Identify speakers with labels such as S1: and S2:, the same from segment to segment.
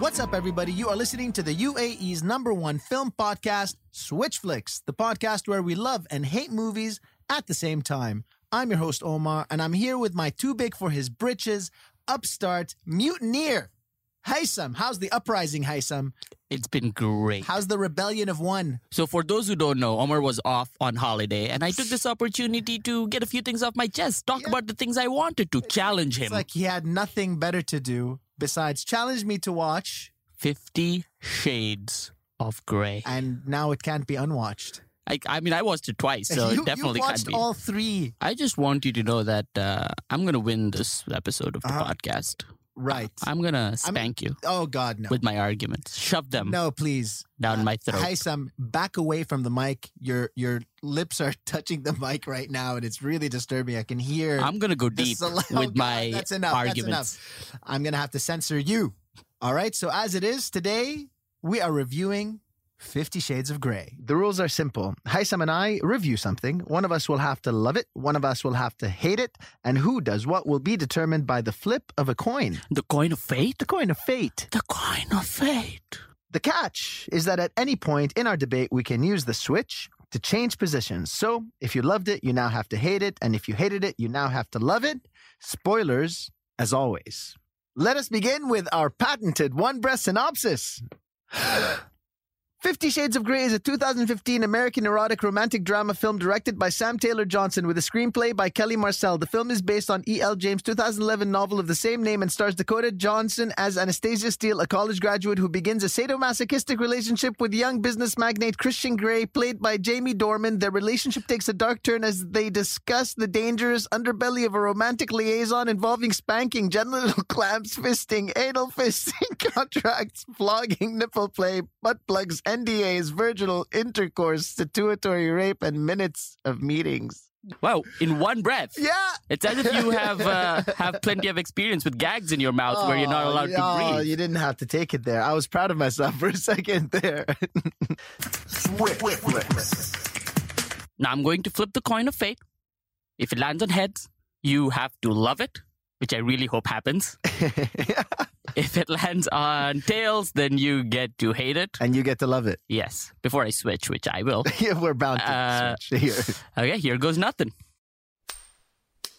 S1: What's up, everybody? You are listening to the UAE's number one film podcast, Switch Flicks, the podcast where we love and hate movies at the same time. I'm your host, Omar, and I'm here with my too big for his britches, upstart, mutineer, Haysam. How's the uprising, Haysam?
S2: It's been great.
S1: How's the rebellion of one?
S2: So, for those who don't know, Omar was off on holiday, and I took this opportunity to get a few things off my chest, talk
S1: Yeah.
S2: about the things I wanted to, challenge him.
S1: It's like he had nothing better to do besides challenge me to watch,
S2: 50 Shades of Grey. I,
S1: and now it can't be unwatched.
S2: I, mean, I watched it twice, so
S1: you,
S2: it definitely
S1: you
S2: can't
S1: watched
S2: be.
S1: all three,
S2: I just want you to know that uh, I'm going to win this episode of the
S1: Uh-huh.
S2: podcast.
S1: right?
S2: I'm going to spank you
S1: oh God, no,
S2: with my arguments, shove them
S1: no, please.
S2: down my throat.
S1: Haysam, back away from the mic. Your your lips are touching the mic right now, and it's really disturbing. I can hear.
S2: I'm going to go deep
S1: the saliva.
S2: with
S1: God,
S2: my
S1: that's enough, that's
S2: arguments.
S1: enough. I'm gonna have to censor you. All right. So as it is today, we are reviewing Fifty Shades of Grey. The rules are simple. Haysam and I review something. One of us will have to love it. One of us will have to hate it. And who does what will be determined by the flip of a coin.
S2: The coin of fate?
S1: The coin of fate.
S2: The coin of fate.
S1: The catch is that at any point in our debate, we can use the switch to change positions. So if you loved it, you now have to hate it. And if you hated it, you now have to love it. Spoilers, as always. Let us begin with our patented one breath synopsis. Fifty Shades of Grey is a 2015 American erotic romantic drama film directed by Sam Taylor Johnson with a screenplay by Kelly Marcel. The film is based on E.L. James' 2011 novel of the same name and stars Dakota Johnson as Anastasia Steele, a college graduate who begins a sadomasochistic relationship with young business magnate Christian Grey, played by Jamie Dorman. Their relationship takes a dark turn as they discuss the dangerous underbelly of a romantic liaison involving spanking, genital clamps, fisting, anal fisting, contracts, flogging, nipple play, butt plugs, NDAs, virginal intercourse, statutory rape, and minutes of meetings.
S2: Wow, in one breath.
S1: Yeah.
S2: It's as if you have uh, have plenty of experience with gags in your mouth where you're not
S1: Oh,
S2: allowed
S1: yeah,
S2: to breathe.
S1: You didn't have to take it there. I was proud of myself for a second there.
S2: Now I'm going to flip the coin of fate. If it lands on heads, you have to love it, which I really hope happens. If it lands on tails, then you get to hate it.
S1: and you get to love it.
S2: Yes, before I switch, which I will.
S1: Yeah, We're bound to
S2: Uh,
S1: switch here.
S2: Okay, here goes nothing.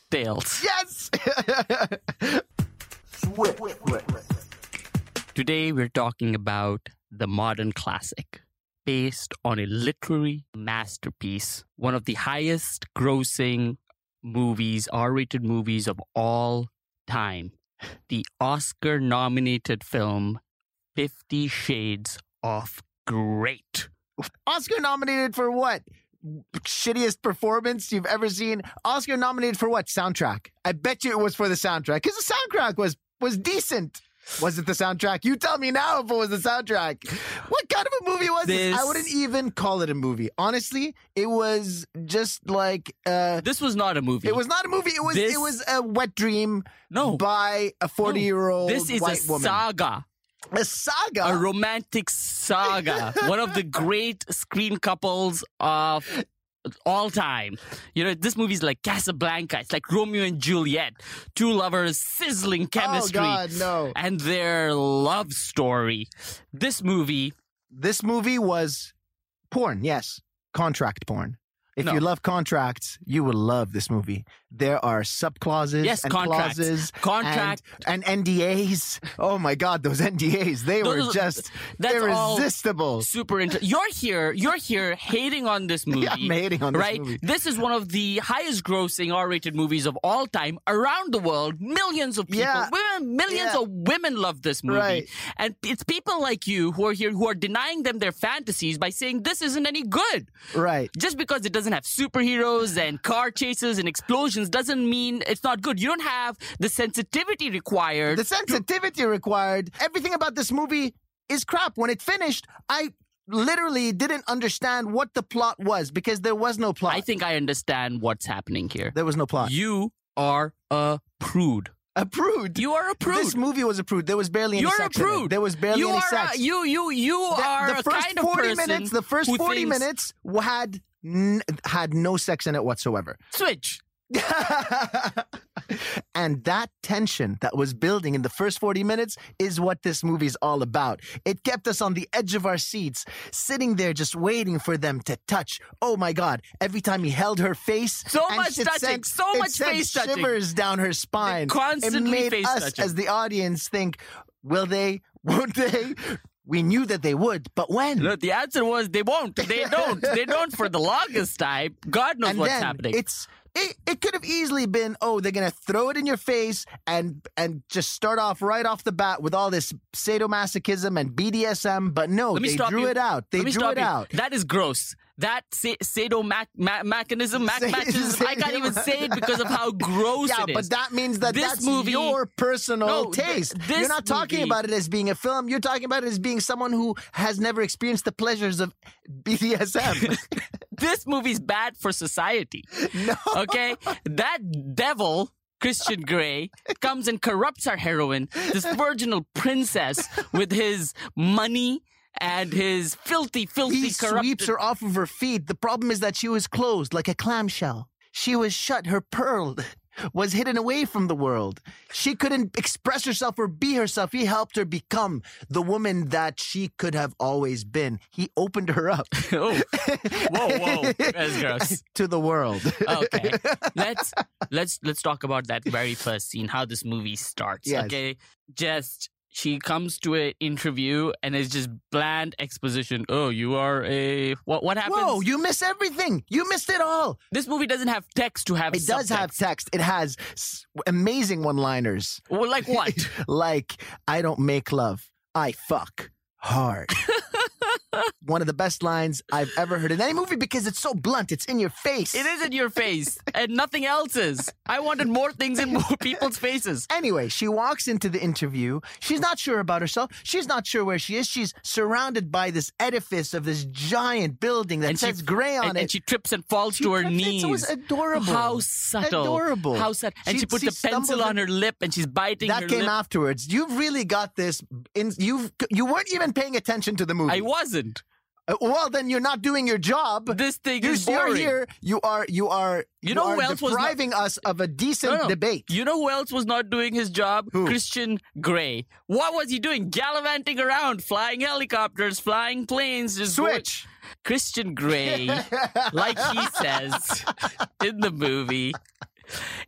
S2: Tails.
S1: Yes!
S2: Today we're talking about the modern classic, based on a literary masterpiece, one of the highest grossing movies, R rated movies of all time. The Oscar nominated film, Fifty Shades of Great.
S1: Oscar nominated for what? Shittiest performance you've ever seen. Oscar nominated for what? Soundtrack. I bet you it was for the soundtrack because the soundtrack was was decent. Was it the soundtrack? You tell me now if it was the soundtrack. What kind of a movie was this?
S2: This-
S1: I wouldn't even call it a movie. Honestly, it was just like uh
S2: This was not a movie.
S1: it was not a movie. It was
S2: This-
S1: it was a wet dream
S2: no.
S1: by a forty year old
S2: This is
S1: white
S2: a
S1: woman.
S2: saga,
S1: a saga. Oh,
S2: a romantic saga, one of the great screen couples of all time. You know, this movie's like Casablanca. It's like Romeo and Juliet, two lovers, sizzling chemistry,
S1: Oh God, no!
S2: and their love story. This movie,
S1: this movie was porn, yes, contract porn. If
S2: No.
S1: you love contracts, you will love this movie. There are subclauses
S2: Yes,
S1: and
S2: contracts.
S1: clauses
S2: contract,
S1: and, and NDAs. Oh my god, those NDAs, they were
S2: Those-
S1: just
S2: that's all
S1: irresistible.
S2: super inter- You're here, you're here hating on this movie.
S1: Yeah, I'm hating on this
S2: right?
S1: movie.
S2: This is one of the highest grossing R rated movies of all time around the world. Millions of people,
S1: Yeah.
S2: women, millions
S1: Yeah.
S2: of women love this movie.
S1: Right.
S2: And it's people like you who are here who are denying them their fantasies by saying this isn't any good.
S1: Right.
S2: Just because it doesn't have superheroes and car chases and explosions doesn't mean it's not good. You don't have the sensitivity required.
S1: The sensitivity required. Everything about this movie is crap. When it finished, I literally didn't understand what the plot was because there was no plot.
S2: I think I understand what's happening here.
S1: there was no plot.
S2: You are a prude.
S1: a prude.
S2: You are a prude.
S1: This movie was a prude. There was barely any
S2: You're
S1: sex
S2: a
S1: in it.
S2: prude.
S1: There was barely
S2: you
S1: any
S2: are
S1: sex.
S2: A, you you you
S1: the,
S2: are
S1: the
S2: a
S1: first
S2: kind of
S1: 40
S2: person
S1: minutes, the first
S2: who
S1: 40
S2: thinks-
S1: minutes w- had n- had no sex in it whatsoever.
S2: Switch.
S1: I and that tension that was building in the first 40 minutes is what this movie's all about. It kept us on the edge of our seats, sitting there just waiting for them to touch. Oh my God. Every time he held her face,
S2: So
S1: and
S2: much
S1: it
S2: touching,
S1: sent-
S2: so
S1: it
S2: much
S1: sent
S2: face touching.
S1: shivers down her spine.
S2: Constantly
S1: it made
S2: face
S1: us
S2: touching.
S1: as the audience think, will they? Won't they? We knew that they would, but when?
S2: No, the answer was they won't. They don't. they don't for the longest time. God knows
S1: and
S2: what's
S1: then
S2: happening.
S1: It's it, it could have easily been oh they're gonna throw it in your face and and just start off right off the bat with all this sadomasochism and BDSM, but no,
S2: Let me
S1: they
S2: stop
S1: drew
S2: you.
S1: it out. They
S2: Let me
S1: drew
S2: stop
S1: it
S2: you.
S1: out.
S2: That is gross. That sa- sadomac- ma- mechanism, mac-
S1: Say-
S2: machism, I can't even say it because of how gross
S1: Yeah,
S2: it is.
S1: but that means that
S2: This
S1: that's
S2: movie-
S1: your personal
S2: No, th-
S1: taste.
S2: this
S1: You're not talking
S2: movie-
S1: about it as being a film. You're talking about it as being someone who has never experienced the pleasures of BDSM.
S2: this movie's bad for society.
S1: no.
S2: Okay, that devil. Christian Grey comes and corrupts our heroine, this virginal princess, with his money and his filthy, filthy,
S1: He
S2: corrupt
S1: sweeps her off of her feet. The problem is that she was closed like a clamshell. She was shut. Her pearl was hidden away from the world. She couldn't express herself or be herself. He helped her become the woman that she could have always been. He opened her up
S2: oh, whoa, whoa, that's gross.
S1: to the world.
S2: Oh, Okay, let's let's let's talk about that very first scene. How this movie starts.
S1: Yes.
S2: Okay, just she comes to an interview and it's just bland exposition. Oh, you are a what? What happens?
S1: Whoa, you miss everything. You missed it all.
S2: this movie doesn't have text to have.
S1: It does have
S2: subtext.
S1: text. It has s- amazing one-liners
S2: Well, like what?
S1: like I don't make love, I fuck hard. One of the best lines I've ever heard in any movie because it's so blunt, it's in your face.
S2: It is in your face and nothing else is. I wanted more things in more people's faces.
S1: Anyway, she walks into the interview. She's not sure about herself. She's not sure where she is. She's surrounded by this edifice of this giant building that
S2: And she-
S1: says gray on
S2: And,
S1: it.
S2: and she trips and falls to her knees.
S1: It was adorable.
S2: How subtle.
S1: Adorable.
S2: How subtle. And
S1: She-
S2: she, puts
S1: she
S2: the pencil
S1: stumbles
S2: on her lip and she's biting her
S1: that came
S2: lip.
S1: afterwards. You've really got this. In, you've you weren't even paying attention to the movie.
S2: I wasn't.
S1: Uh, well, then you're not doing your job.
S2: This thing
S1: you
S2: is
S1: are
S2: boring.
S1: here. You are you are
S2: You know
S1: are
S2: who else was not-
S1: depriving us of a decent
S2: No, no.
S1: debate.
S2: You know who else was not doing his job?
S1: Who?
S2: Christian Grey. What was he doing? Gallivanting around, flying helicopters, flying planes, just going-
S1: Switch.
S2: Christian Grey, like he says in the movie,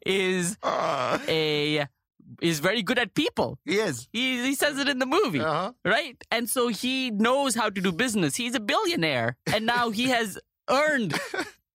S2: is
S1: Uh,
S2: a is very good at people.
S1: he is.
S2: He he says it in the movie,
S1: Uh-huh.
S2: right? And so he knows how to do business. He's a billionaire, and now he has earned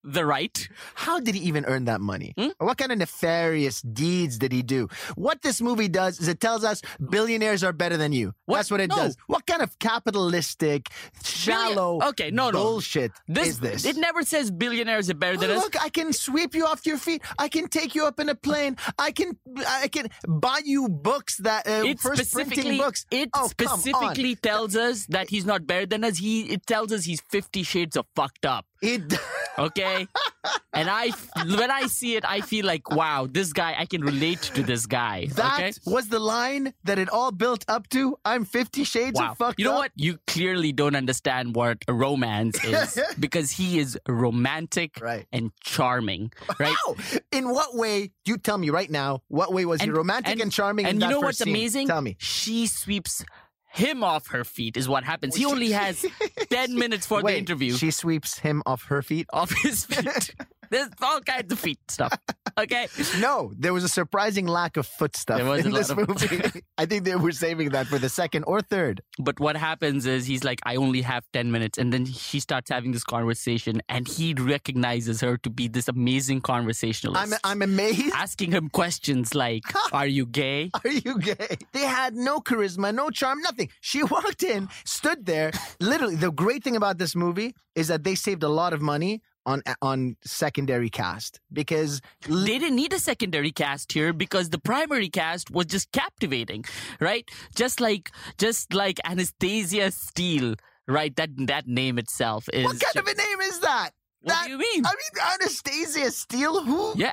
S2: the right.
S1: How did he even earn that money?
S2: Hmm?
S1: What kind of nefarious deeds did he do? What this movie does is it tells us billionaires are better than you.
S2: What?
S1: That's what it
S2: No.
S1: does. What kind of capitalistic, shallow,
S2: Okay, no, no.
S1: bullshit
S2: This,
S1: is this?
S2: It never says billionaires are better
S1: Oh,
S2: than us.
S1: look, I can sweep you off your feet. I can take you up in a plane. I can, I can buy you books that uh,
S2: It
S1: first printing
S2: specifically,
S1: books.
S2: it
S1: oh, come on.
S2: specifically tells us that he's not better than us. He it tells us he's Fifty Shades of fucked up.
S1: It,
S2: Okay, and I f- when I see it, I feel like wow, this guy. I can relate to this guy.
S1: that
S2: okay?
S1: was the line that it all built up to. I'm Fifty Shades of fucked
S2: you know
S1: up.
S2: what? You clearly don't understand what a romance is because he is romantic
S1: Right.
S2: and charming, right?
S1: How? In what way? You tell me right now. What way was he romantic and, charming? in
S2: And
S1: that
S2: you know
S1: first
S2: what's
S1: scene?
S2: amazing?
S1: Tell me.
S2: She sweeps him off her feet is what happens. He only has 10 minutes for
S1: Wait,
S2: the interview
S1: She sweeps him off her feet.
S2: off his feet. There's all kinds of feet stuff. Okay?
S1: No, there was a surprising lack of foot stuff
S2: There was a
S1: in
S2: lot
S1: this
S2: of-
S1: movie. I think they were saving that for the second or third.
S2: But what happens is he's like, I only have 10 minutes. And then she starts having this conversation and he recognizes her to be this amazing conversationalist.
S1: I'm I'm amazed.
S2: asking him questions like, "Are you gay?"
S1: Are you gay? They had no charisma, no charm, nothing. She walked in, stood there. Literally, the great thing about this movie is that they saved a lot of money on on secondary cast because li-
S2: They didn't need a secondary cast here because the primary cast was just captivating, right? Just like just like Anastasia Steele, right? That that name itself is.
S1: what kind of a name is that?
S2: What
S1: that
S2: do you mean?
S1: I mean, Anastasia Steele. Who?
S2: yeah,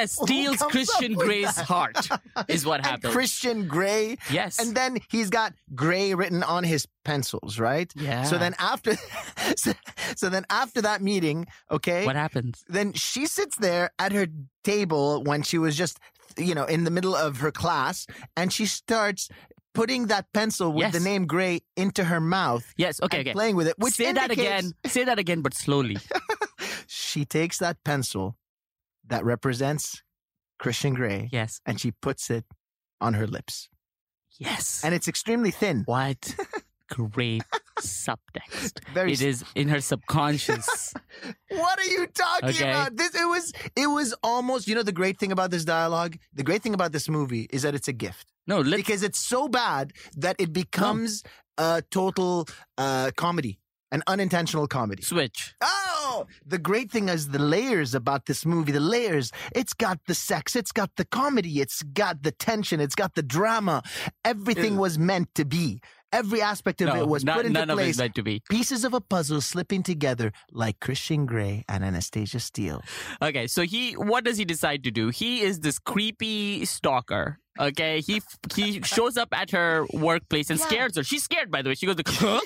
S1: Who
S2: steals
S1: comes up
S2: Christian
S1: with
S2: Grey's heart is what
S1: and
S2: happened.
S1: Christian Grey.
S2: yes.
S1: And then he's got Gray written on his pencils, right?
S2: yeah.
S1: So then after, so, so then after that meeting, okay,
S2: what happens?
S1: then she sits there at her table when she was just you know, in the middle of her class, and she starts putting that pencil with
S2: Yes.
S1: the name Gray into her mouth
S2: Yes. Okay.
S1: and
S2: Okay.
S1: playing with it. Which
S2: Say that
S1: indicates
S2: again. Say that again, but slowly.
S1: She takes that pencil that represents Christian Gray
S2: Yes.
S1: and she puts it on her lips,
S2: Yes.
S1: and it's extremely thin.
S2: what great subtext.
S1: Very.
S2: It is in her subconscious.
S1: What are you talking
S2: Okay.
S1: about? This it was it was almost you know the great thing about this dialogue, the great thing about this movie is that it's a gift.
S2: No, let,
S1: because it's so bad that it becomes a total uh, comedy, an unintentional comedy.
S2: switch.
S1: Oh, the great thing is the layers about this movie. The layers. It's got the sex. It's got the comedy. It's got the tension. It's got the drama. Everything
S2: Ew.
S1: was meant to be. Every aspect of
S2: no,
S1: it was
S2: no-
S1: put into
S2: none of it is
S1: place.
S2: meant to be.
S1: Pieces of a puzzle slipping together like Christian Grey and Anastasia Steele.
S2: Okay, so he what does he decide to do? He is this creepy stalker. Okay, he he shows up at her workplace and
S1: Yeah.
S2: scares her. She's scared, by the way. She goes, like, huh?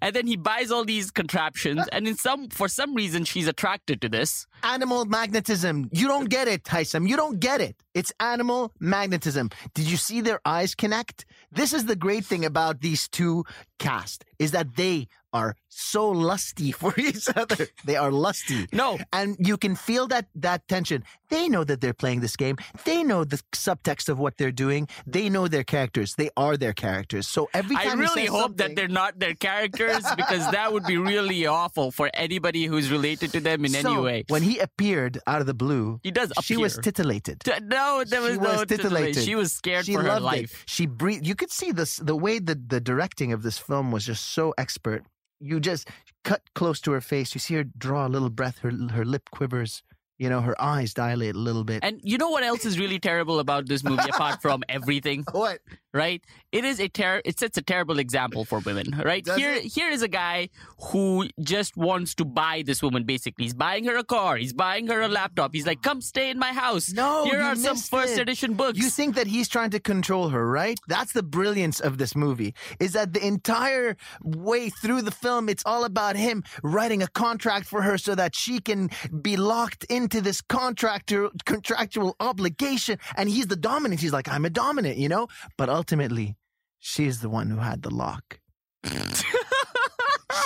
S2: and then he buys all these contraptions, and in some for some reason she's attracted to this.
S1: Animal magnetism. You don't get it, Tysam. You don't get it. It's animal magnetism. Did you see their eyes connect? This is the great thing about these two cast is that they are so lusty for each other. They are lusty.
S2: No,
S1: And you can feel that that tension. They know that they're playing this game. They know the subtext of what they're doing. They know their characters. They are their characters. So every time
S2: I
S1: he
S2: really
S1: says
S2: hope that
S1: something-
S2: they're not their characters because that would be really awful for anybody who's related to them in any
S1: So,
S2: way.
S1: When he appeared out of the blue,
S2: He does appear.
S1: she was titillated.
S2: T- no, there
S1: She
S2: was
S1: was
S2: no
S1: titillated.
S2: She was scared
S1: she
S2: for
S1: loved
S2: her life.
S1: It. She breathed. You could see this the way that the directing of this film was just so expert. You just cut close to her face. You see her draw a little breath. Her her lip quivers. You know her eyes dilate a little bit.
S2: And you know what else is really terrible about this movie apart from everything?
S1: what?
S2: right? It is a ter- it sets a terrible example for women, right?
S1: Does
S2: here here is a guy who just wants to buy this woman basically. He's buying her a car, he's buying her a laptop. He's like, "Come stay in my house."
S1: No,
S2: here
S1: you
S2: are some
S1: missed
S2: first
S1: it.
S2: edition books.
S1: You think that he's trying to control her, right? That's the brilliance of this movie. Is that the entire way through the film, it's all about him writing a contract for her so that she can be locked into this contractor contractual obligation, and he's the dominant. He's like, I'm a dominant, you know. But ultimately, she's the one who had the lock.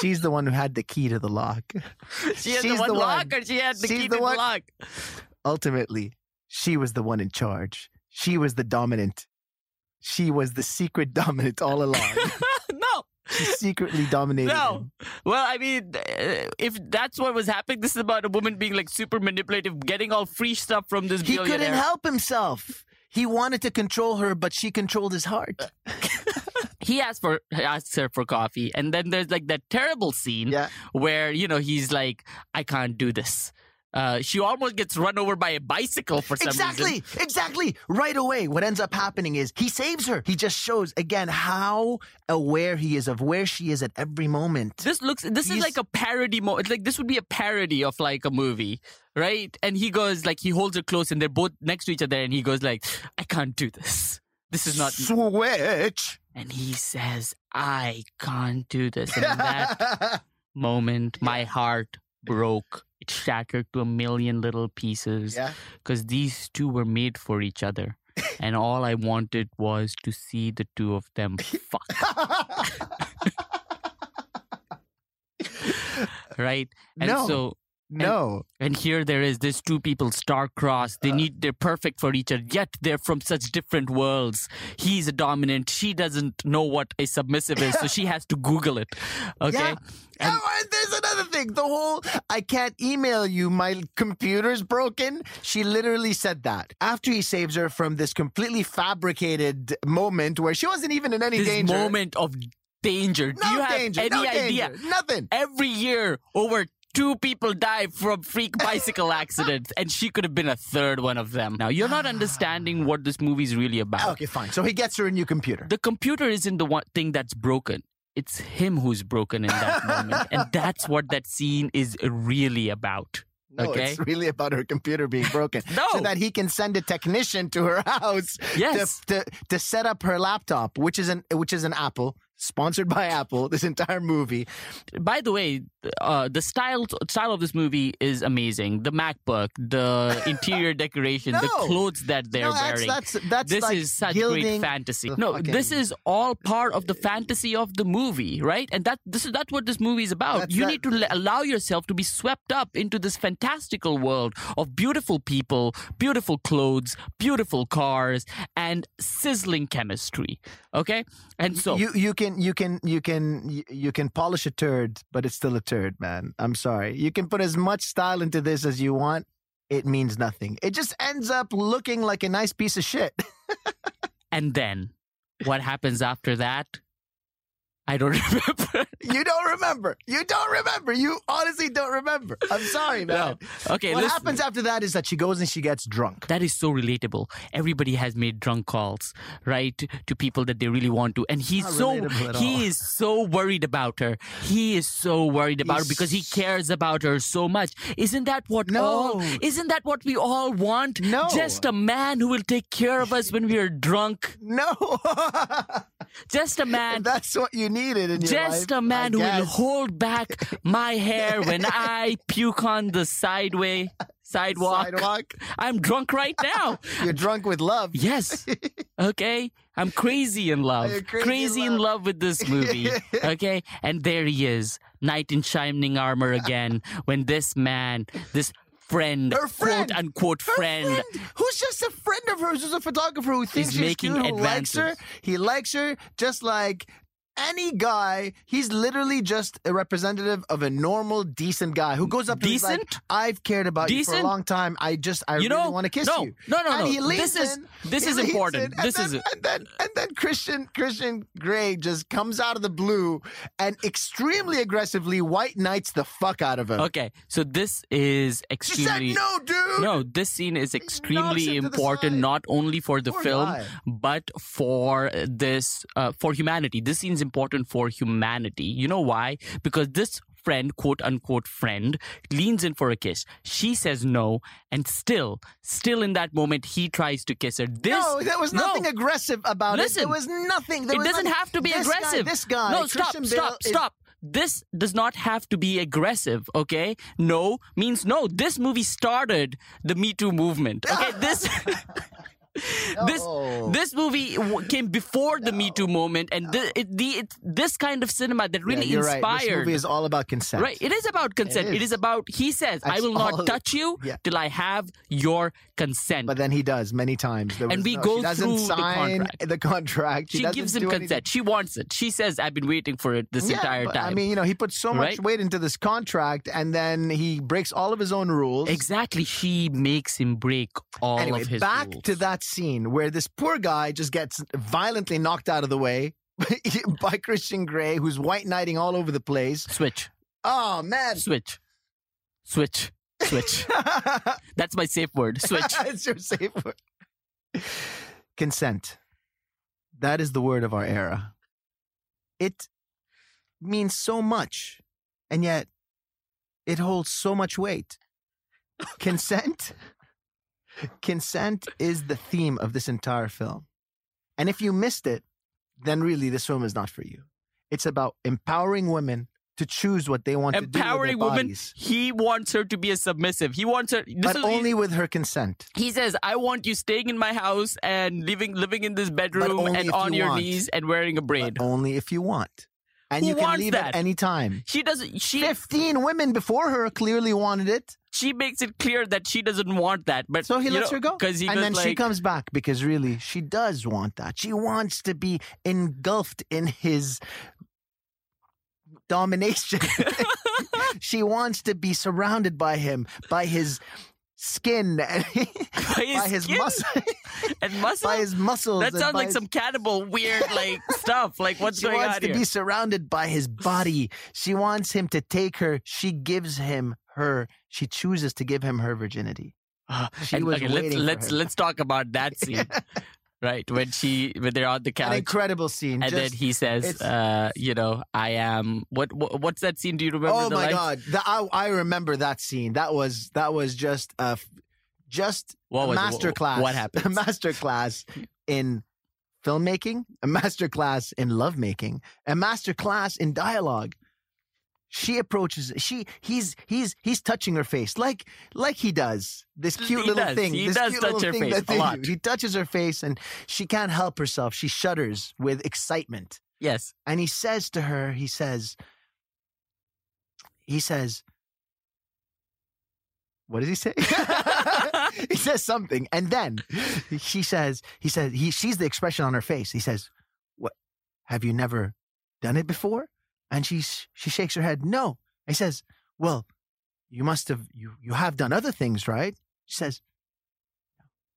S1: She's the one who had the key to the lock.
S2: she had the
S1: she's
S2: one
S1: the
S2: lock
S1: one.
S2: or she had the
S1: She's
S2: key
S1: the
S2: to
S1: one.
S2: the lock.
S1: ultimately, she was the one in charge. She was the dominant. She was the secret dominant all along.
S2: no.
S1: she secretly dominated
S2: No.
S1: him.
S2: Well, I mean, uh, if that's what was happening, this is about a woman being like super manipulative, getting all free stuff from this
S1: He
S2: billionaire.
S1: couldn't help himself. He wanted to control her, but she controlled his heart.
S2: Uh, he asks for asks her for coffee, and then there's like that terrible scene
S1: Yeah.
S2: where you know he's like, "I can't do this." Uh, she almost gets run over by a bicycle for some reason.
S1: Exactly, exactly. Right away, what ends up happening is he saves her. He just shows again how aware he is of where she is at every moment.
S2: This looks. This is
S1: He's-
S2: like a parody. Mo- it's like this would be a parody of like a movie, right? And he goes like he holds her close, and they're both next to each other, and he goes like, "I can't do this. This is not."
S1: switch.
S2: And he says, "I can't do this." And in that moment, my heart broke. It shattered to a million little pieces
S1: yeah.
S2: because these two were made for each other. And all I wanted was to see the two of them fuck, right? And
S1: No.
S2: so,
S1: no.
S2: and here there is these two people star-crossed. They
S1: Uh.
S2: need, they're perfect for each other, yet they're from such different worlds. He's a dominant. She doesn't know what a submissive is, so she has to Google it. Okay.
S1: Yeah. oh, and there's another thing. The whole I can't email you, my computer's broken. She literally said that after he saves her from this completely fabricated moment where she wasn't even in any
S2: this
S1: danger.
S2: moment of danger.
S1: no
S2: Do you have
S1: danger,
S2: any
S1: no
S2: idea?
S1: danger, nothing.
S2: Every year, over two people die from freak bicycle accidents, and she could have been a third one of them. Now, you're
S1: Ah.
S2: not understanding what this movie's really about.
S1: Okay, fine. So he gets her a new computer.
S2: The computer isn't the one thing that's broken. It's him who's broken in that moment. And that's what that scene is really about.
S1: No,
S2: okay.
S1: it's really about her computer being broken,
S2: No.
S1: so that he can send a technician to her house
S2: Yes.
S1: to, to to set up her laptop, which is an which is an Apple. sponsored by Apple. This entire movie.
S2: By the way, uh, the style style of this movie is amazing. The MacBook, the interior decoration, the
S1: No.
S2: clothes that they're
S1: no, that's,
S2: wearing.
S1: that's that's
S2: this
S1: like
S2: is such
S1: gilding-
S2: great fantasy.
S1: the
S2: No,
S1: fucking-
S2: this is all part of the fantasy of the movie, right? And that this is that's what this movie is about.
S1: That's
S2: You
S1: that-
S2: need to l- allow yourself to be swept up into this fantastical world of beautiful people, beautiful clothes, beautiful cars, and sizzling chemistry. Okay, and so
S1: you you can you can you can you- you can polish a turd, but it's still a turd, man. I'm sorry. You can put as much style into this as you want. It means nothing. It just ends up looking like a nice piece of shit.
S2: and then what happens after that? I don't remember.
S1: You don't remember. You don't remember. You honestly don't remember. I'm sorry, man.
S2: Okay,
S1: what
S2: listen.
S1: happens after that is that she goes and she gets drunk.
S2: That is so relatable. Everybody has made drunk calls, right, to people that they really want to, and he's
S1: Not
S2: so
S1: relatable at all.
S2: he is so worried about her. He is so worried about her because he
S1: He's-
S2: cares about her so much. Isn't that what
S1: No.
S2: all? Isn't that what we all want?
S1: No.
S2: just a man who will take care of us when we are drunk.
S1: No,
S2: Just a man.
S1: that's what you needed in your
S2: just
S1: life,
S2: a man
S1: I
S2: who will
S1: guess.
S2: hold back my hair when I puke on the sideway sidewalk.
S1: sidewalk.
S2: I'm drunk right now.
S1: You're drunk with love.
S2: Yes. Okay. I'm crazy in love.
S1: You're
S2: crazy in love. with this movie. Okay. And there he is, knight in shining armor again, when this man, this friend,
S1: Her friend.
S2: quote unquote
S1: Her
S2: friend,
S1: who's just a friend of hers, who's a photographer who thinks she's
S2: making
S1: cute, who likes her.
S2: advances.
S1: He likes her just like any guy. He's literally just a representative of a normal, decent guy who goes up to her and is like,
S2: Decent?
S1: I've cared about you
S2: Decent?
S1: for a long time. I just, I
S2: you
S1: really
S2: know,
S1: want to kiss
S2: no,
S1: you.
S2: no, no, no.
S1: And he leans
S2: this is
S1: in,
S2: this
S1: He
S2: is
S1: leans
S2: important.
S1: in, and
S2: This
S1: then,
S2: is
S1: and then and then Christian Christian Grey just comes out of the blue and extremely aggressively white knights the fuck out of him.
S2: okay. So this is
S1: She said,
S2: extremely.
S1: "No, dude."
S2: No, this scene is
S1: him
S2: extremely
S1: to the
S2: important,
S1: side.
S2: not only for the
S1: Poor
S2: film,
S1: guy.
S2: but for this, uh, for humanity. This scene's important for humanity. You know why? Because this friend, quote unquote friend, leans in for a kiss. She says no, and still, still in that moment, he tries to kiss her. This,
S1: no, there was nothing
S2: no.
S1: aggressive about it. There
S2: Listen.
S1: was nothing. There
S2: It
S1: was
S2: doesn't
S1: nothing-
S2: have to be
S1: this guy-
S2: aggressive.
S1: this guy,
S2: no, stop,
S1: Christian Bale
S2: stop,
S1: is-
S2: stop. This does not have to be aggressive, okay? No means no. This movie started the Me Too movement. Okay, this this
S1: No.
S2: this movie w- came before the Me Too movement, and thi- it, the it, this kind of cinema that
S1: Yeah,
S2: really
S1: you're
S2: inspired.
S1: Right. This movie is all about consent.
S2: Right, it is about consent. It is,
S1: is.
S2: about he says, "I
S1: That's
S2: will
S1: all it-
S2: not touch you
S1: yeah.
S2: till I have your consent."
S1: But then he does many times. There
S2: And
S1: was
S2: we
S1: no-
S2: go
S1: she doesn't
S2: through the
S1: sign
S2: contract.
S1: the contract.
S2: she
S1: doesn't
S2: gives him
S1: do
S2: consent.
S1: anything.
S2: She wants it. She says, "I've been waiting for it this
S1: Yeah,
S2: entire
S1: but,
S2: time."
S1: I mean, you know, he put so much
S2: Right?
S1: weight into this contract, and then he breaks all of his own rules.
S2: Exactly. She makes him break all
S1: anyway,
S2: of his
S1: back
S2: rules.
S1: to that scene where this poor guy just gets violently knocked out of the way by Christian Grey, who's white knighting all over the place.
S2: switch,
S1: Oh man,
S2: switch, switch, switch. That's my safe word. Switch.
S1: it's your safe word. Consent. That is the word of our era. It means so much, and yet it holds so much weight. Consent. consent is the theme of this entire film. And if you missed it, then really this film is not for you. It's about empowering women to choose what they want to do
S2: Empowering
S1: with their
S2: woman.
S1: bodies,
S2: He wants her to be a submissive. He wants her. This
S1: but
S2: is,
S1: only with her consent.
S2: He says, "I want you staying in my house and living living in this bedroom
S1: only
S2: and
S1: if
S2: on
S1: you
S2: your
S1: want.
S2: knees and wearing a braid."
S1: but only if you want. And
S2: Who
S1: you can
S2: wants
S1: leave at
S2: that?
S1: any time.
S2: She doesn't. She
S1: 15 women before her clearly wanted it.
S2: she makes it clear that she doesn't want that. But
S1: So he
S2: you
S1: lets
S2: know,
S1: her go.
S2: because he
S1: and
S2: goes
S1: then she
S2: like,
S1: comes back because really she does want that. She wants to be engulfed in his domination. she wants to be surrounded by him, by his skin and
S2: by his,
S1: by his
S2: skin
S1: muscle
S2: and muscle.
S1: by his muscles.
S2: that
S1: and
S2: sounds
S1: by
S2: like
S1: his-
S2: some cannibal weird like stuff. Like what's
S1: she
S2: going
S1: wants
S2: on
S1: to
S2: here?
S1: be surrounded by his body. She wants him to take her. She gives him her. She chooses to give him her virginity.
S2: Ah,
S1: Uh, She
S2: and,
S1: was
S2: okay, let's
S1: waiting for
S2: let's
S1: her.
S2: let's talk about that scene, right? When she when they're on the
S1: An
S2: couch.
S1: incredible scene.
S2: And
S1: just,
S2: then he says,
S1: it's-
S2: uh, "You know, I am what, what? What's that scene? Do you remember?
S1: oh
S2: the
S1: my
S2: line?
S1: god, The- I, I remember that scene. That was that was just a f- just
S2: What
S1: a
S2: was it? Wh-
S1: masterclass.
S2: What happened?
S1: A masterclass in filmmaking, a masterclass in lovemaking, a masterclass in dialogue. She approaches. She he's he's he's touching her face like like he does this cute
S2: He
S1: little
S2: does.
S1: thing.
S2: He
S1: this
S2: does
S1: cute
S2: touch
S1: little
S2: her
S1: thing
S2: face
S1: that
S2: a
S1: they do.
S2: lot.
S1: He touches her face and she can't help herself. She shudders with excitement.
S2: Yes.
S1: And he says to her, he says, he says, what does he say? he says something. And then she says, he says, he sees the expression on her face. He says, what, have you never done it before? And she, sh- she shakes her head. No. He says, well, you must have, you, you have done other things, right? She says,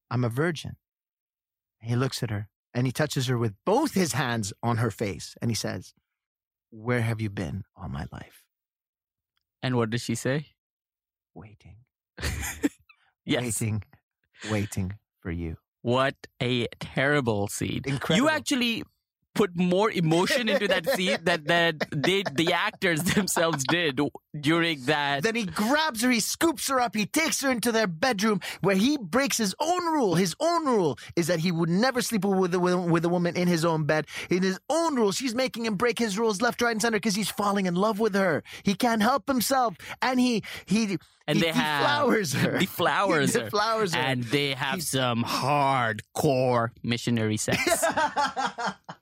S1: I'm a virgin. He looks at her and he touches her with both his hands on her face and he says, Where have you been all my life?
S2: And what does she say?
S1: Waiting,
S2: Yes.
S1: waiting, waiting for you.
S2: What a terrible scene.
S1: Incredible.
S2: You actually put more emotion into that scene that that they, the actors themselves did during that.
S1: Then he grabs her, he scoops her up, he takes her into their bedroom where he breaks his own rule. His own rule is that he would never sleep with a, with a woman in his own bed. In his own rule, she's making him break his rules left, right, and center because he's falling in love with her. He can't help himself. And he, he,
S2: and
S1: he
S2: they have
S1: deflowers her.
S2: The flowers.
S1: he deflowers her.
S2: and they have
S1: He-
S2: some hardcore missionary sex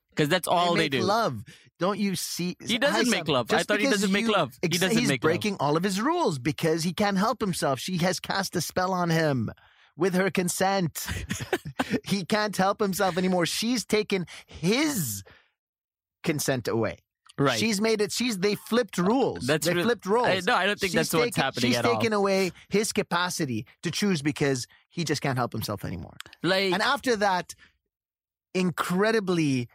S2: because that's all they,
S1: make
S2: do.
S1: Love. Don't you see?
S2: He doesn't
S1: Haitham,
S2: make love. I
S1: just
S2: thought he
S1: because
S2: doesn't make
S1: you-
S2: love. He
S1: ex-
S2: doesn't
S1: he's
S2: make love.
S1: breaking all of his rules because he can't help himself. She has cast a spell on him with her consent. he can't help himself anymore. She's taken his consent away.
S2: Right. Uh,
S1: She's made it. She's they flipped rules.
S2: That's
S1: they
S2: real-
S1: flipped roles.
S2: I, no, I don't think
S1: She's
S2: that's what's
S1: taken-
S2: happening
S1: She's
S2: at all.
S1: taken away his capacity to choose because he just can't help himself anymore.
S2: Like
S1: And after that, incredibly,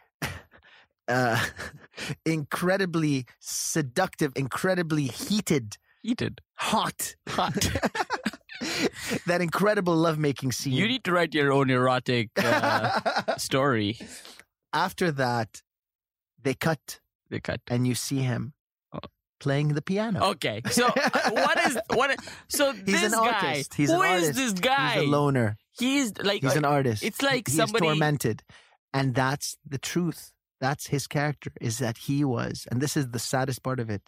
S1: uh, incredibly seductive, incredibly heated,
S2: heated,
S1: hot,
S2: hot.
S1: that incredible lovemaking scene.
S2: you need to write your own erotic uh, story.
S1: after that, they cut
S2: They cut.
S1: and you see him
S2: Oh.
S1: playing the piano.
S2: Okay, so uh, what is what? is- So this
S1: an
S2: guy,
S1: artist. He's
S2: who
S1: an
S2: is
S1: artist.
S2: this guy?
S1: He's a loner.
S2: He's like uh,
S1: He's an artist.
S2: it's like
S1: He-
S2: somebody-
S1: he's tormented, and that's the truth. That's his character. Is that he was, and this is the saddest part of it.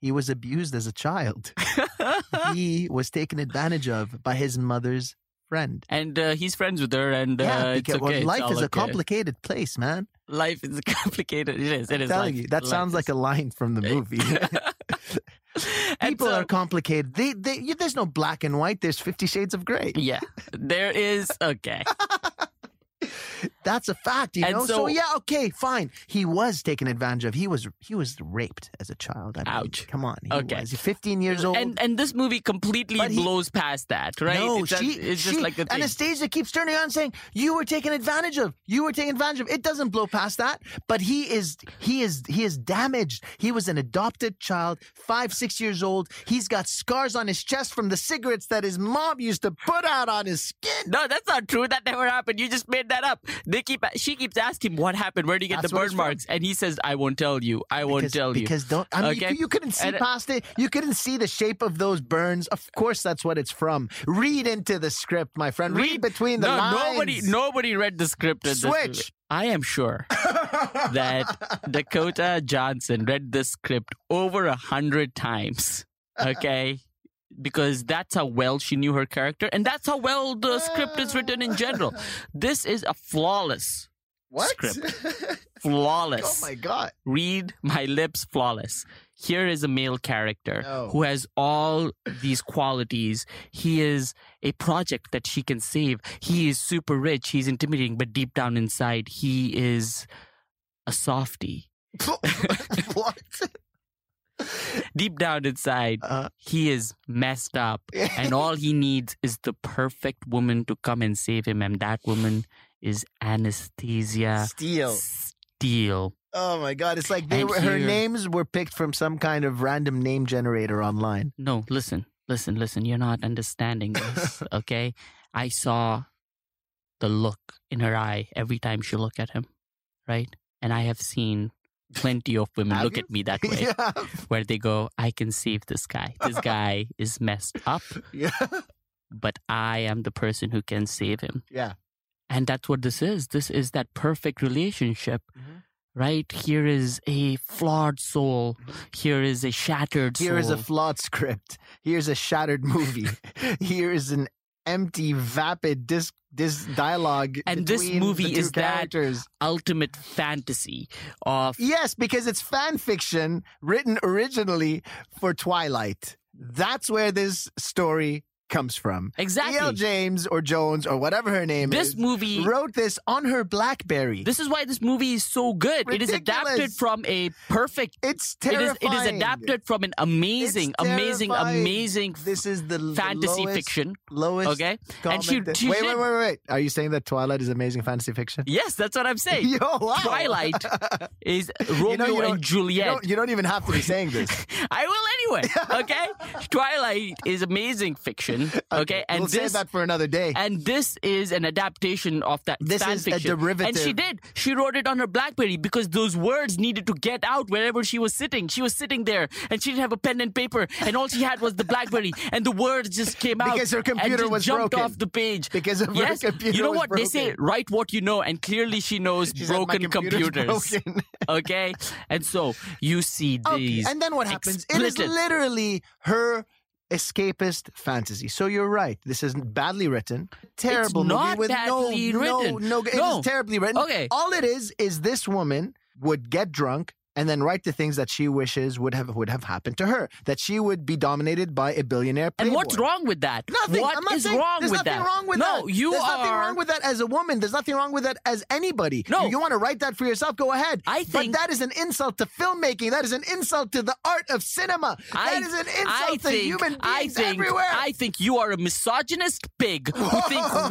S1: he was abused as a child. he was taken advantage of by his mother's friend.
S2: and uh, he's friends with her, and uh, it's
S1: because
S2: okay.
S1: well,
S2: it's
S1: life
S2: all
S1: is a
S2: okay.
S1: complicated place, man.
S2: Life is complicated. It is. It
S1: I'm
S2: is.
S1: telling
S2: life-
S1: you, that
S2: life
S1: sounds
S2: is-
S1: like a line from the movie.
S2: And
S1: People
S2: so-
S1: are complicated. They, they, you, there's no black and white. There's Fifty Shades of Grey.
S2: Yeah, there is. Okay,
S1: That's a fact, you
S2: And
S1: know. So,
S2: so-
S1: yeah, okay, fine. He was taken advantage of. He was he was raped as a child. I mean,
S2: Ouch.
S1: Come on. He
S2: Okay.
S1: was 15 years old.
S2: and and this movie completely
S1: But he-
S2: blows past that, right?
S1: No,
S2: it's, a-
S1: she,
S2: it's just
S1: she-
S2: like the thing.
S1: Anastasia keeps turning around saying, "You were taken advantage of. You were taken advantage of." It doesn't blow past that, but he is, he is, he is damaged. He was an adopted child, five, six years old. He's got scars on his chest from the cigarettes that his mom used to put out on his skin.
S2: No, that's not true. That never happened. You just made that up. They keep she keeps asking what happened. Where do you get
S1: That's
S2: the
S1: what
S2: burn
S1: it's
S2: marks? And he says, "I won't tell you. I won't
S1: because,
S2: tell you."
S1: because don't I mean
S2: Okay.
S1: you, you couldn't see
S2: And- uh,
S1: past it. You couldn't see the shape of those burns. Of course, that's what it's from. Read into the script, my friend. Read, between the
S2: no,
S1: lines.
S2: nobody, nobody read the script. In this movie.
S1: Switch.
S2: I am sure that Dakota Johnson read this script over a hundred times. Okay. Because that's how well she knew her character, and that's how well the script is written in general. This is a flawless,
S1: what? oh
S2: flawless.
S1: my god.
S2: read my lips flawless. Here is a male character
S1: No.
S2: who has all these qualities. He is a project that she can save. He is super rich. He's intimidating, but deep down inside, he is a softie.
S1: what?
S2: Deep down inside,
S1: Uh,
S2: he is messed up, and all he needs is the perfect woman to come and save him. And that woman is Anastasia
S1: Steel.
S2: Steele.
S1: Oh my god! It's like they
S2: And
S1: were, her
S2: here-
S1: names were picked from some kind of random name generator online.
S2: No, listen, listen, listen. You're not understanding this, okay? I saw the look in her eye every time she looked at him, right? And I have seen plenty of women
S1: Have
S2: look
S1: you?
S2: at me that way,
S1: yeah,
S2: where they go, I can save this guy. This guy is messed up,
S1: yeah,
S2: but I am the person who can save him.
S1: yeah.
S2: And that's what this is. This is that perfect relationship,
S1: Mhm.
S2: right? Here is a flawed soul. Here is a shattered
S1: Mm-hmm. Here is
S2: soul.
S1: a flawed script. Here's a shattered movie. Here is an empty, vapid disc, this dialogue.
S2: And this
S1: between
S2: movie
S1: the two
S2: is that-
S1: characters.
S2: ultimate fantasy of
S1: Yes, because it's fan fiction written originally for Twilight. That's where this story comes from. E.L.
S2: exactly
S1: James or Jones or whatever her E name
S2: this
S1: is
S2: movie.
S1: wrote this on her BlackBerry.
S2: This is why this movie is so good. It is adapted
S1: Ridiculous.
S2: from a perfect.
S1: it's
S2: It is,
S1: terrifying.
S2: it is adapted from an amazing,
S1: It's
S2: amazing,
S1: terrifying.
S2: amazing
S1: This is the l-
S2: fantasy
S1: lowest,
S2: fiction.
S1: Lowest.
S2: Okay,
S1: comment
S2: she-
S1: that-
S2: she
S1: wait,
S2: did-
S1: wait, wait, wait. Are you saying that Twilight is amazing fantasy fiction?
S2: yes, that's what I'm saying.
S1: Yo, wow.
S2: Twilight is
S1: you
S2: Romeo
S1: don't-
S2: and
S1: You
S2: Juliet.
S1: don't, you don't even have to be saying this.
S2: I will anyway. Okay, Twilight is amazing fiction. Okay, and
S1: we'll
S2: this
S1: save that for another day.
S2: and this is an adaptation of that.
S1: This
S2: fan
S1: is a
S2: fiction. And she
S1: derivative.
S2: did. She wrote it on her BlackBerry because those words needed to get out wherever she was sitting. She was sitting there, and she didn't have a pen and paper, and all she had was the BlackBerry, and the words just came out
S1: Because her
S2: and
S1: computer
S2: just
S1: was
S2: jumped
S1: broken.
S2: off the page.
S1: Because of her
S2: yes,
S1: computer
S2: you know
S1: was
S2: what they say:
S1: broken.
S2: write what you know, and clearly she knows
S1: She said, "My
S2: broken
S1: computer's
S2: computers.
S1: broken."
S2: okay, and so you see
S1: Okay,
S2: these.
S1: and then what happens? It
S2: explicit-
S1: is literally her escapist fantasy. So you're right. This is badly written. Terrible
S2: not
S1: movie with
S2: badly
S1: no,
S2: written.
S1: no, no. It
S2: No.
S1: is terribly written.
S2: Okay.
S1: All it is is this woman would get drunk and then write the things that she wishes would have would have happened to her. That she would be dominated by a billionaire.
S2: And what's
S1: playboy.
S2: wrong with that?
S1: Nothing.
S2: What
S1: I'm not
S2: is
S1: saying-
S2: wrong
S1: there's
S2: with
S1: nothing
S2: that?
S1: wrong with
S2: no,
S1: that.
S2: you
S1: there's
S2: are.
S1: nothing wrong with that as a woman. There's nothing wrong with that as anybody.
S2: No.
S1: You, want to write that for yourself? Go ahead.
S2: I think-
S1: But that is an insult to filmmaking. That is an insult to the art of cinema.
S2: I-
S1: that is an insult
S2: I
S1: to
S2: think,
S1: human beings
S2: I think,
S1: everywhere.
S2: I think you are a misogynist pig who thinks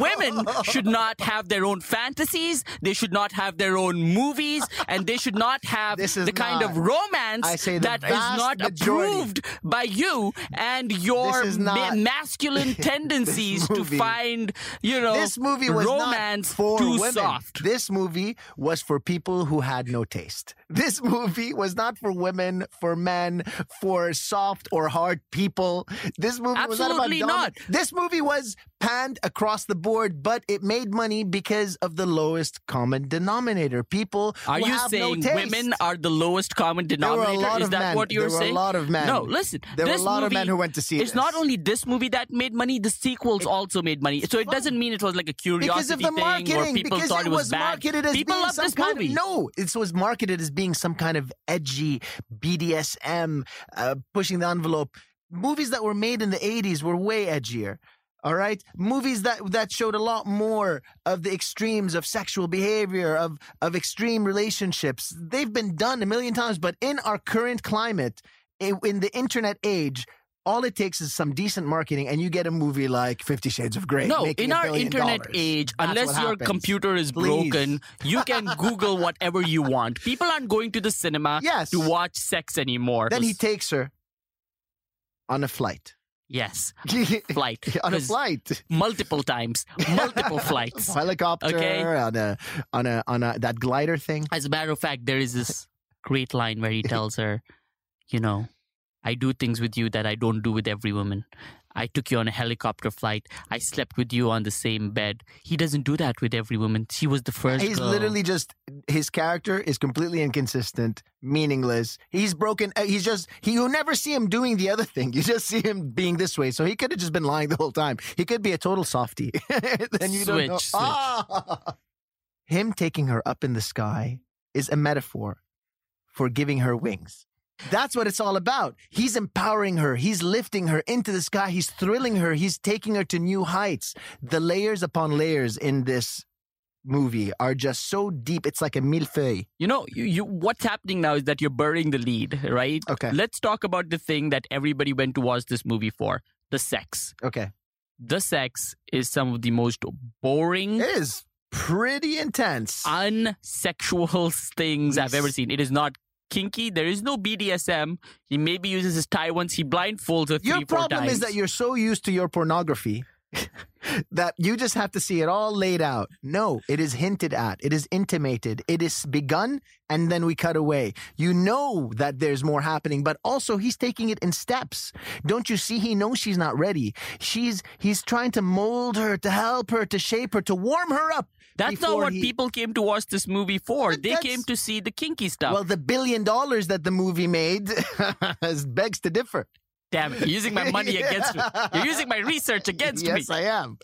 S2: women should not have their own fantasies, they should not have their own movies, and they should not have
S1: This is
S2: the kind of
S1: not-
S2: romance
S1: I say the
S2: that is
S1: vast
S2: not
S1: majority-
S2: approved by you and your
S1: This is
S2: ma-
S1: not-
S2: masculine tendencies to
S1: movie-
S2: find, you know,
S1: this movie was
S2: romance
S1: not for
S2: too
S1: women.
S2: soft.
S1: This movie was for people who had no taste. This movie was not for women, for men, for soft or hard people. This movie
S2: Absolutely
S1: was not about
S2: not.
S1: domi- This movie was panned across the board, but it made money because of the lowest common denominator. People
S2: Are
S1: who
S2: you
S1: have no
S2: saying
S1: taste.
S2: women are the lowest common
S1: There were
S2: denominator?
S1: a lot
S2: Is
S1: of
S2: that
S1: men.
S2: what you're
S1: there
S2: saying?
S1: Were a lot of men.
S2: No, listen.
S1: There were
S2: this
S1: a lot of
S2: movie
S1: men who went to see
S2: It's
S1: this.
S2: not only this movie that made money; the sequels also made money. So it doesn't mean it was like a
S1: because
S2: curiosity
S1: of the
S2: thing where
S1: marketing.
S2: people
S1: because
S2: thought
S1: it was
S2: bad.
S1: marketed as
S2: people
S1: being
S2: love
S1: some
S2: this
S1: kind
S2: movie.
S1: Of, no, it was marketed as being some kind of edgy BDSM, uh, pushing the envelope. Movies that were made in the '80s were way edgier. All right, movies that that showed a lot more of the extremes of sexual behavior, of of extreme relationships. They've been done a million times, but in our current climate, i- in the internet age. All it takes is some decent marketing, and you get a movie like Fifty Shades of Grey.
S2: No,
S1: making
S2: in
S1: a
S2: our
S1: billion
S2: internet
S1: dollars.
S2: age,
S1: That's
S2: unless
S1: what
S2: your
S1: happens.
S2: computer is
S1: Please.
S2: broken, you can Google whatever you want. People aren't going to the cinema
S1: Yes.
S2: to watch sex anymore.
S1: Then he takes her on a flight.
S2: yes,
S1: on
S2: flight
S1: a
S2: 'Cause
S1: flight,
S2: multiple times, multiple flights.
S1: helicopter,
S2: Okay.
S1: on a on a on a that glider thing.
S2: As a matter of fact, there is this great line where he tells her, you know, I do things with you that I don't do with every woman. I took you on a helicopter flight. I slept with you on the same bed. He doesn't do that with every woman. She was the first.
S1: He's
S2: girl.
S1: literally just his character is completely inconsistent, meaningless. He's broken. uh, He's just he. You never see him doing the other thing. You just see him being this way. So he could have just been lying the whole time. He could be a total softy. then you don't know.
S2: Switch, switch.
S1: Ah! Him taking her up in the sky is a metaphor for giving her wings. That's what it's all about. He's empowering her. He's lifting her into the sky. He's thrilling her. He's taking her to new heights. The layers upon layers in this movie are just so deep. It's like a millefeuille.
S2: You know, you, you what's happening now is that you're burying the lead, right?
S1: Okay.
S2: Let's talk about the thing that everybody went to watch this movie for: the sex.
S1: Okay.
S2: The sex is some of the most boring.
S1: It is pretty intense.
S2: unsexual things I've ever
S1: Yes.
S2: seen. It is not kinky. There is no BDSM. He maybe uses his tie once. He blindfolds her three,
S1: Your
S2: four
S1: problem
S2: times.
S1: is that you're so used to your pornography that you just have to see it all laid out. No, it is hinted at, it is intimated, it is begun, and then we cut away. You know that there's more happening, but also he's taking it in steps. Don't you see? He knows she's not ready. She's he's trying to mold her, to help her, to shape her, to warm her up.
S2: That's not
S1: before
S2: what
S1: he-
S2: people came to watch this movie for.
S1: But
S2: They
S1: that's-
S2: came to see the kinky stuff.
S1: Well, the billion dollars that the movie made begs to differ.
S2: Damn it. You're using my money
S1: Yeah.
S2: against me. You're using my research against
S1: yes,
S2: me.
S1: I am.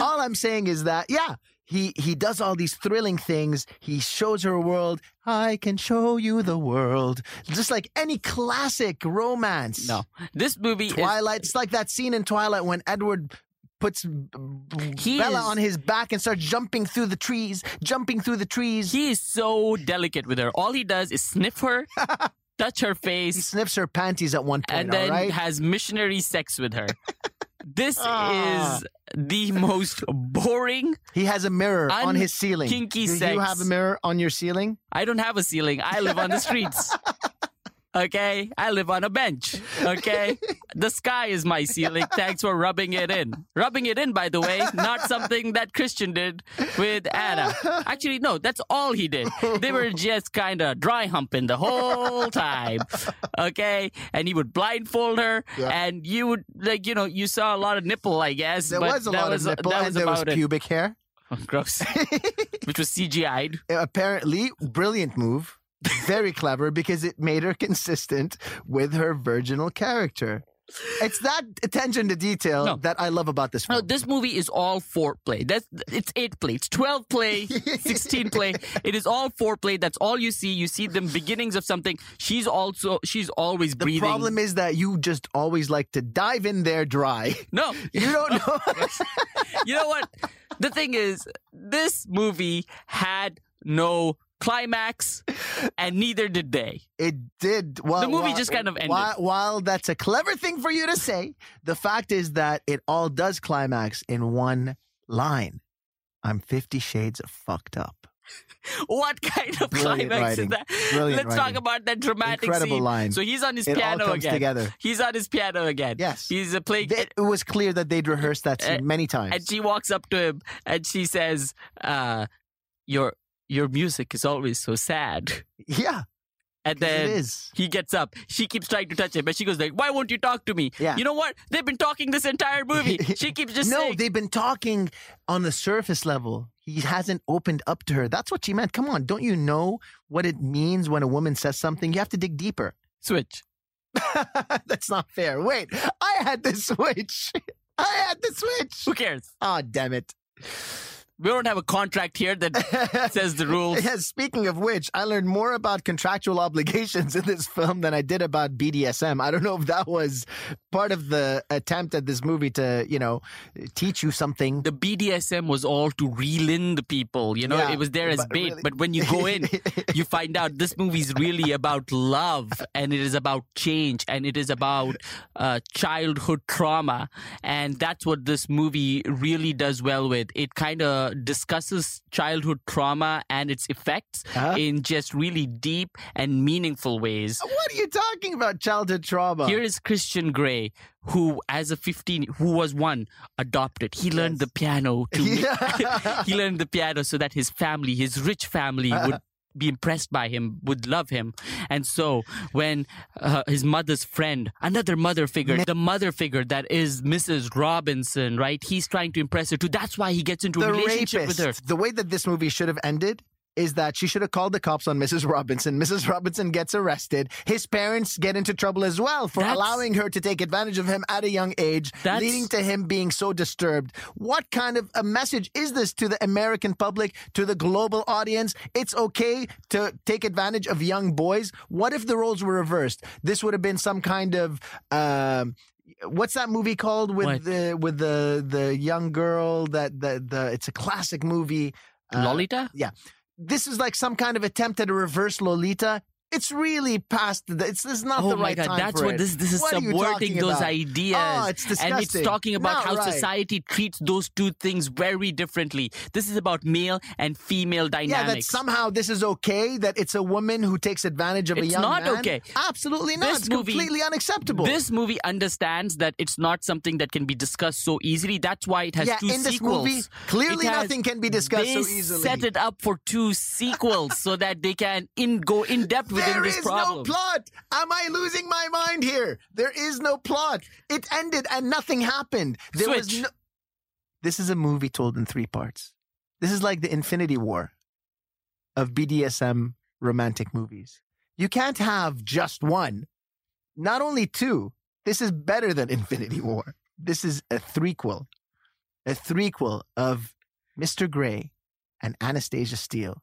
S1: all I'm saying is that, yeah, he he does all these thrilling things. He shows her a world. I can show you the world, just like any classic romance.
S2: No. This movie is-
S1: Twilight. It's like that scene in Twilight when Edward puts
S2: He
S1: Bella
S2: is-
S1: on his back and starts jumping through the trees, jumping through the trees.
S2: he is so delicate with her. All he does is sniff her, touch her
S1: He
S2: face,
S1: sniffs her panties at one point.
S2: and then
S1: all right?
S2: has missionary sex with her. This
S1: Ah.
S2: is the most boring.
S1: He has a mirror
S2: Un-
S1: on his ceiling.
S2: kinky
S1: Do
S2: sex.
S1: you have a mirror on your ceiling?
S2: I don't have a ceiling. I live on the streets. Okay, I live on a bench. Okay, the sky is my ceiling. Thanks for rubbing it in. Rubbing it in, by the way, not something that Christian did with Anna. Actually, no, that's all he did. They were just kind of dry humping the whole time. Okay, and he would blindfold her,
S1: Yeah.
S2: and you would like, you know, you saw a lot of nipple, I guess.
S1: There
S2: but
S1: was a
S2: that
S1: lot
S2: was,
S1: of nipple
S2: that
S1: and there was
S2: about it.
S1: pubic hair.
S2: Gross, which was CGI'd.
S1: Uh, Apparently, brilliant move. Very clever because it made her consistent with her virginal character. It's that attention to detail
S2: No.
S1: that I love about this
S2: No,
S1: film.
S2: this movie is all foreplay. That's it's eight play, it's twelve play, sixteen play. It is all foreplay. That's all you see. You see them beginnings of something. She's also she's always
S1: the
S2: breathing.
S1: problem is that you just always like to dive in there dry.
S2: no,
S1: You don't know.
S2: you know what? The thing is, this movie had no climax, and neither did they.
S1: It did. Well,
S2: The movie
S1: while-
S2: just kind of ended.
S1: While, while that's a clever thing for you to say, the fact is that it all does climax in one line. I'm Fifty Shades of fucked up.
S2: What kind of
S1: Brilliant
S2: climax
S1: writing.
S2: is that?
S1: Brilliant
S2: Let's
S1: writing.
S2: talk about that dramatic
S1: Incredible
S2: scene.
S1: line.
S2: So he's on his
S1: it all
S2: piano
S1: comes
S2: again.
S1: together.
S2: He's on his piano again.
S1: Yes.
S2: He's uh, playing.
S1: It, it was clear that they'd rehearsed that
S2: Uh,
S1: scene many times.
S2: and she walks up to him and she says, uh, "Your your music is always so sad."
S1: yeah,
S2: And
S1: 'cause it
S2: then
S1: is.
S2: he gets up. She keeps trying to touch him, but she goes like, "Why won't you talk to me?"
S1: Yeah.
S2: You know what? They've been talking this entire movie. she keeps just
S1: no,
S2: saying,
S1: they've been talking on the surface level. He hasn't opened up to her. That's what she meant. Come on, don't you know what it means when a woman says something? You have to dig deeper.
S2: "Switch."
S1: That's not fair. Wait, I had the switch. I had the
S2: Who
S1: switch.
S2: cares?
S1: Oh, damn it.
S2: We don't have a contract here that says the rules.
S1: Yes, speaking of which, I learned more about contractual obligations in this film than I did about BDSM. I don't know if that was part of the attempt at this movie to, you know, teach you something.
S2: The BDSM was all to reel in the people. You know,
S1: Yeah,
S2: it was there as
S1: but
S2: bait.
S1: really-
S2: But when you go in, you find out this movie is really about love and it is about change and it is about uh, childhood trauma and that's what this movie really does well with it kind of discusses childhood trauma and its effects
S1: Huh?
S2: in just really deep and meaningful ways
S1: what are you talking about? Childhood trauma.
S2: here is Christian Grey, who, as a 15, who was one adopted. He learned
S1: Yes.
S2: the piano to make-
S1: Yeah.
S2: he learned the piano so that his family, his rich family, would be impressed by him, would love him. And so, when uh, his mother's friend, another mother figure, the mother figure that is Mrs. Robinson, right? He's trying to impress her too. That's why he gets into a
S1: the
S2: relationship
S1: rapist.
S2: with her.
S1: The way that this movie should have ended is that she should have called the cops on Mrs. Robinson. Mrs. Robinson gets arrested. His parents get into trouble as well for
S2: That's-
S1: allowing her to take advantage of him at a young age,
S2: That's-
S1: leading to him being so disturbed. What kind of a message is this to the American public, to the global audience? It's okay to take advantage of young boys. What if the roles were reversed? This would have been some kind of um, what's that movie called with
S2: What?
S1: the with the the young girl that the the it's a classic movie. uh,
S2: Lolita?
S1: This is like some kind of attempt at a reverse Lolita. It's really past. The, it's this is not
S2: oh
S1: the
S2: my
S1: right
S2: god,
S1: time
S2: that's
S1: for
S2: what
S1: it.
S2: this this is
S1: What are you
S2: subverting
S1: talking
S2: those
S1: about?
S2: ideas.
S1: Oh, it's disgusting.
S2: And it's talking about
S1: Not
S2: how
S1: right.
S2: society treats those two things very differently. This is about male and female
S1: Yeah,
S2: dynamics.
S1: that somehow this is okay. That it's a woman who takes advantage of a
S2: It's
S1: young
S2: not
S1: man.
S2: okay.
S1: Absolutely not.
S2: This
S1: it's
S2: movie-
S1: completely unacceptable.
S2: This movie understands that it's not something that can be discussed so easily. That's why it has
S1: yeah,
S2: two
S1: in this
S2: sequels.
S1: movie, clearly
S2: It has-
S1: nothing can be discussed
S2: they
S1: so easily.
S2: set it up for two sequels so that they can in go in depth within
S1: There
S2: this
S1: is
S2: problem.
S1: no plot. Am I losing my mind here? There is no plot. It ended and nothing happened. There was
S2: Switch.
S1: no. This is a movie told in three parts. This is like the Infinity War of BDSM romantic movies. You can't have just one. Not only two. This is better than Infinity War. This is a threequel, a threequel of Mr. Grey and Anastasia Steele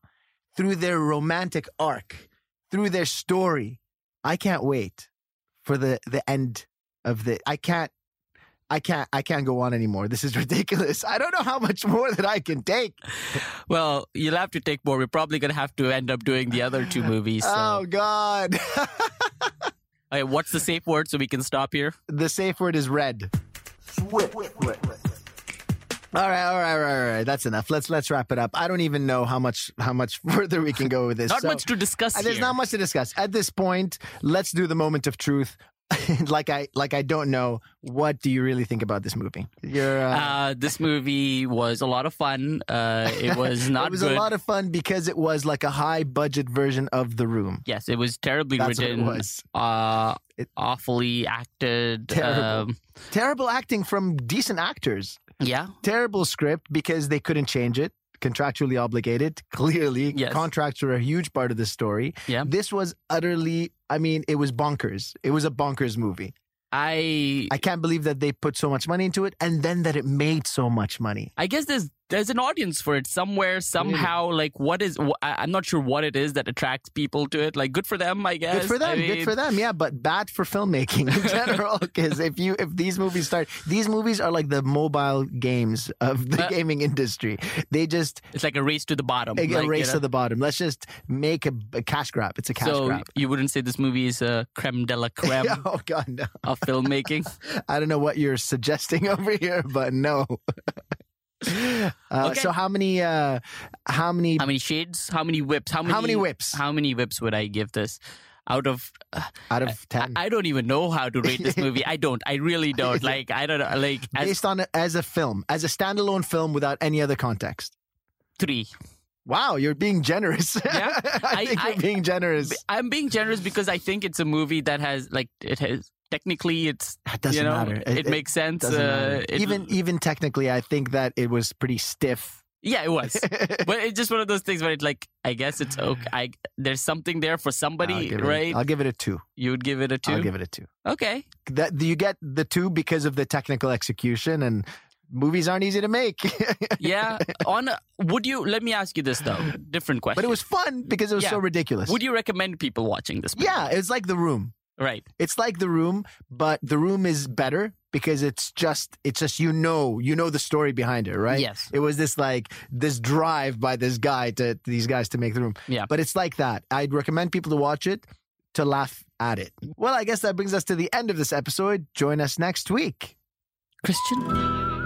S1: through their romantic arc, through their story. I can't wait for the the end of the. I can't. I can't. I can't go on anymore. This is ridiculous. I don't know how much more that I can take.
S2: Well, you'll have to take more. We're probably gonna have to end up doing the other two movies. So.
S1: Oh God!
S2: Okay, what's the safe word so we can stop here?
S1: the safe word is red. All right, all right, all right, all right. That's enough. Let's let's wrap it up. I don't even know how much how much further we can go with this.
S2: Not
S1: So-
S2: much to discuss
S1: Uh,
S2: here.
S1: There's not much to discuss at this point. Let's do the moment of truth. like I like I don't know. What do you really think about this movie? You're. Uh,
S2: uh, this movie was a lot of fun. Uh, it was not
S1: it was
S2: good.
S1: a lot of fun because it was like a high budget version of The Room.
S2: yes, it was terribly
S1: That's what it
S2: written.
S1: was.
S2: Uh,
S1: It-
S2: awfully acted.
S1: Terrible.
S2: Um,
S1: Terrible acting from decent actors.
S2: yeah,
S1: Terrible script because they couldn't change it. Contractually obligated, clearly.
S2: Yes.
S1: Contracts were a huge part of the story.
S2: Yeah.
S1: This was utterly, I mean, it was bonkers. It was a bonkers movie.
S2: I,
S1: I
S2: I
S1: can't believe that they put so much money into it and then that it made so much money.
S2: guess there's there's an audience for it somewhere somehow. Like what is wh- I- I'm not sure what it is that attracts people to it. Like good for them, I guess.
S1: Good for them.
S2: I
S1: good
S2: mean,
S1: for them. Yeah, but bad for filmmaking in general. Because if you if these movies start, these movies are like the mobile games of the
S2: Uh,
S1: gaming industry. They just
S2: It's like a race to the bottom.
S1: a, a
S2: like, you
S1: race
S2: know?
S1: to the bottom. Let's just make a, a cash grab. It's a cash
S2: so
S1: grab.
S2: you wouldn't say this movie is a creme de la creme
S1: oh god, no!
S2: of filmmaking.
S1: I don't know what you're suggesting over here, but no. uh,
S2: Okay.
S1: So how many? Uh, how many?
S2: How many shades? How many whips? How many,
S1: how many whips
S2: How many whips would I give this? Out of
S1: out
S2: uh,
S1: of ten?
S2: I don't even know how to rate this movie. I don't. I really don't. Like I don't know. Like as
S1: Based on it as a film, as a standalone film without any other context.
S2: three.
S1: Wow, you're being generous.
S2: Yeah,
S1: I,
S2: I-
S1: think
S2: I-
S1: you're being generous.
S2: I'm being generous because I think it's a movie that has like it has technically it's
S1: That doesn't
S2: you know
S1: matter.
S2: It, makes sense.
S1: doesn't matter.
S2: Uh, it-
S1: even e even technically, I think that it was pretty stiff.
S2: yeah, it was. but it's just one of those things where it like I guess it's okay. I, there's something there for
S1: I'll
S2: somebody,
S1: give it a-
S2: right?
S1: I'll give it a 2
S2: you would give it a 2
S1: I'll give it a two.
S2: okay.
S1: That you get the two because of the technical execution and movies aren't easy to make.
S2: Yeah. On a, would you? Let me ask you this though. Different question.
S1: but it was fun because it was
S2: Yeah.
S1: so ridiculous.
S2: Would you recommend people watching this? Movie?
S1: yeah, it's like The Room.
S2: Right.
S1: It's like The Room, but The Room is better because it's just it's just you know you know the story behind it, right?
S2: Yes.
S1: It was this like this drive by this guy to these guys to make the room.
S2: Yeah.
S1: But it's like that. I'd recommend people to watch it to laugh at it. Well, I guess that brings us to the end of this episode. Join us next week.
S2: Christian.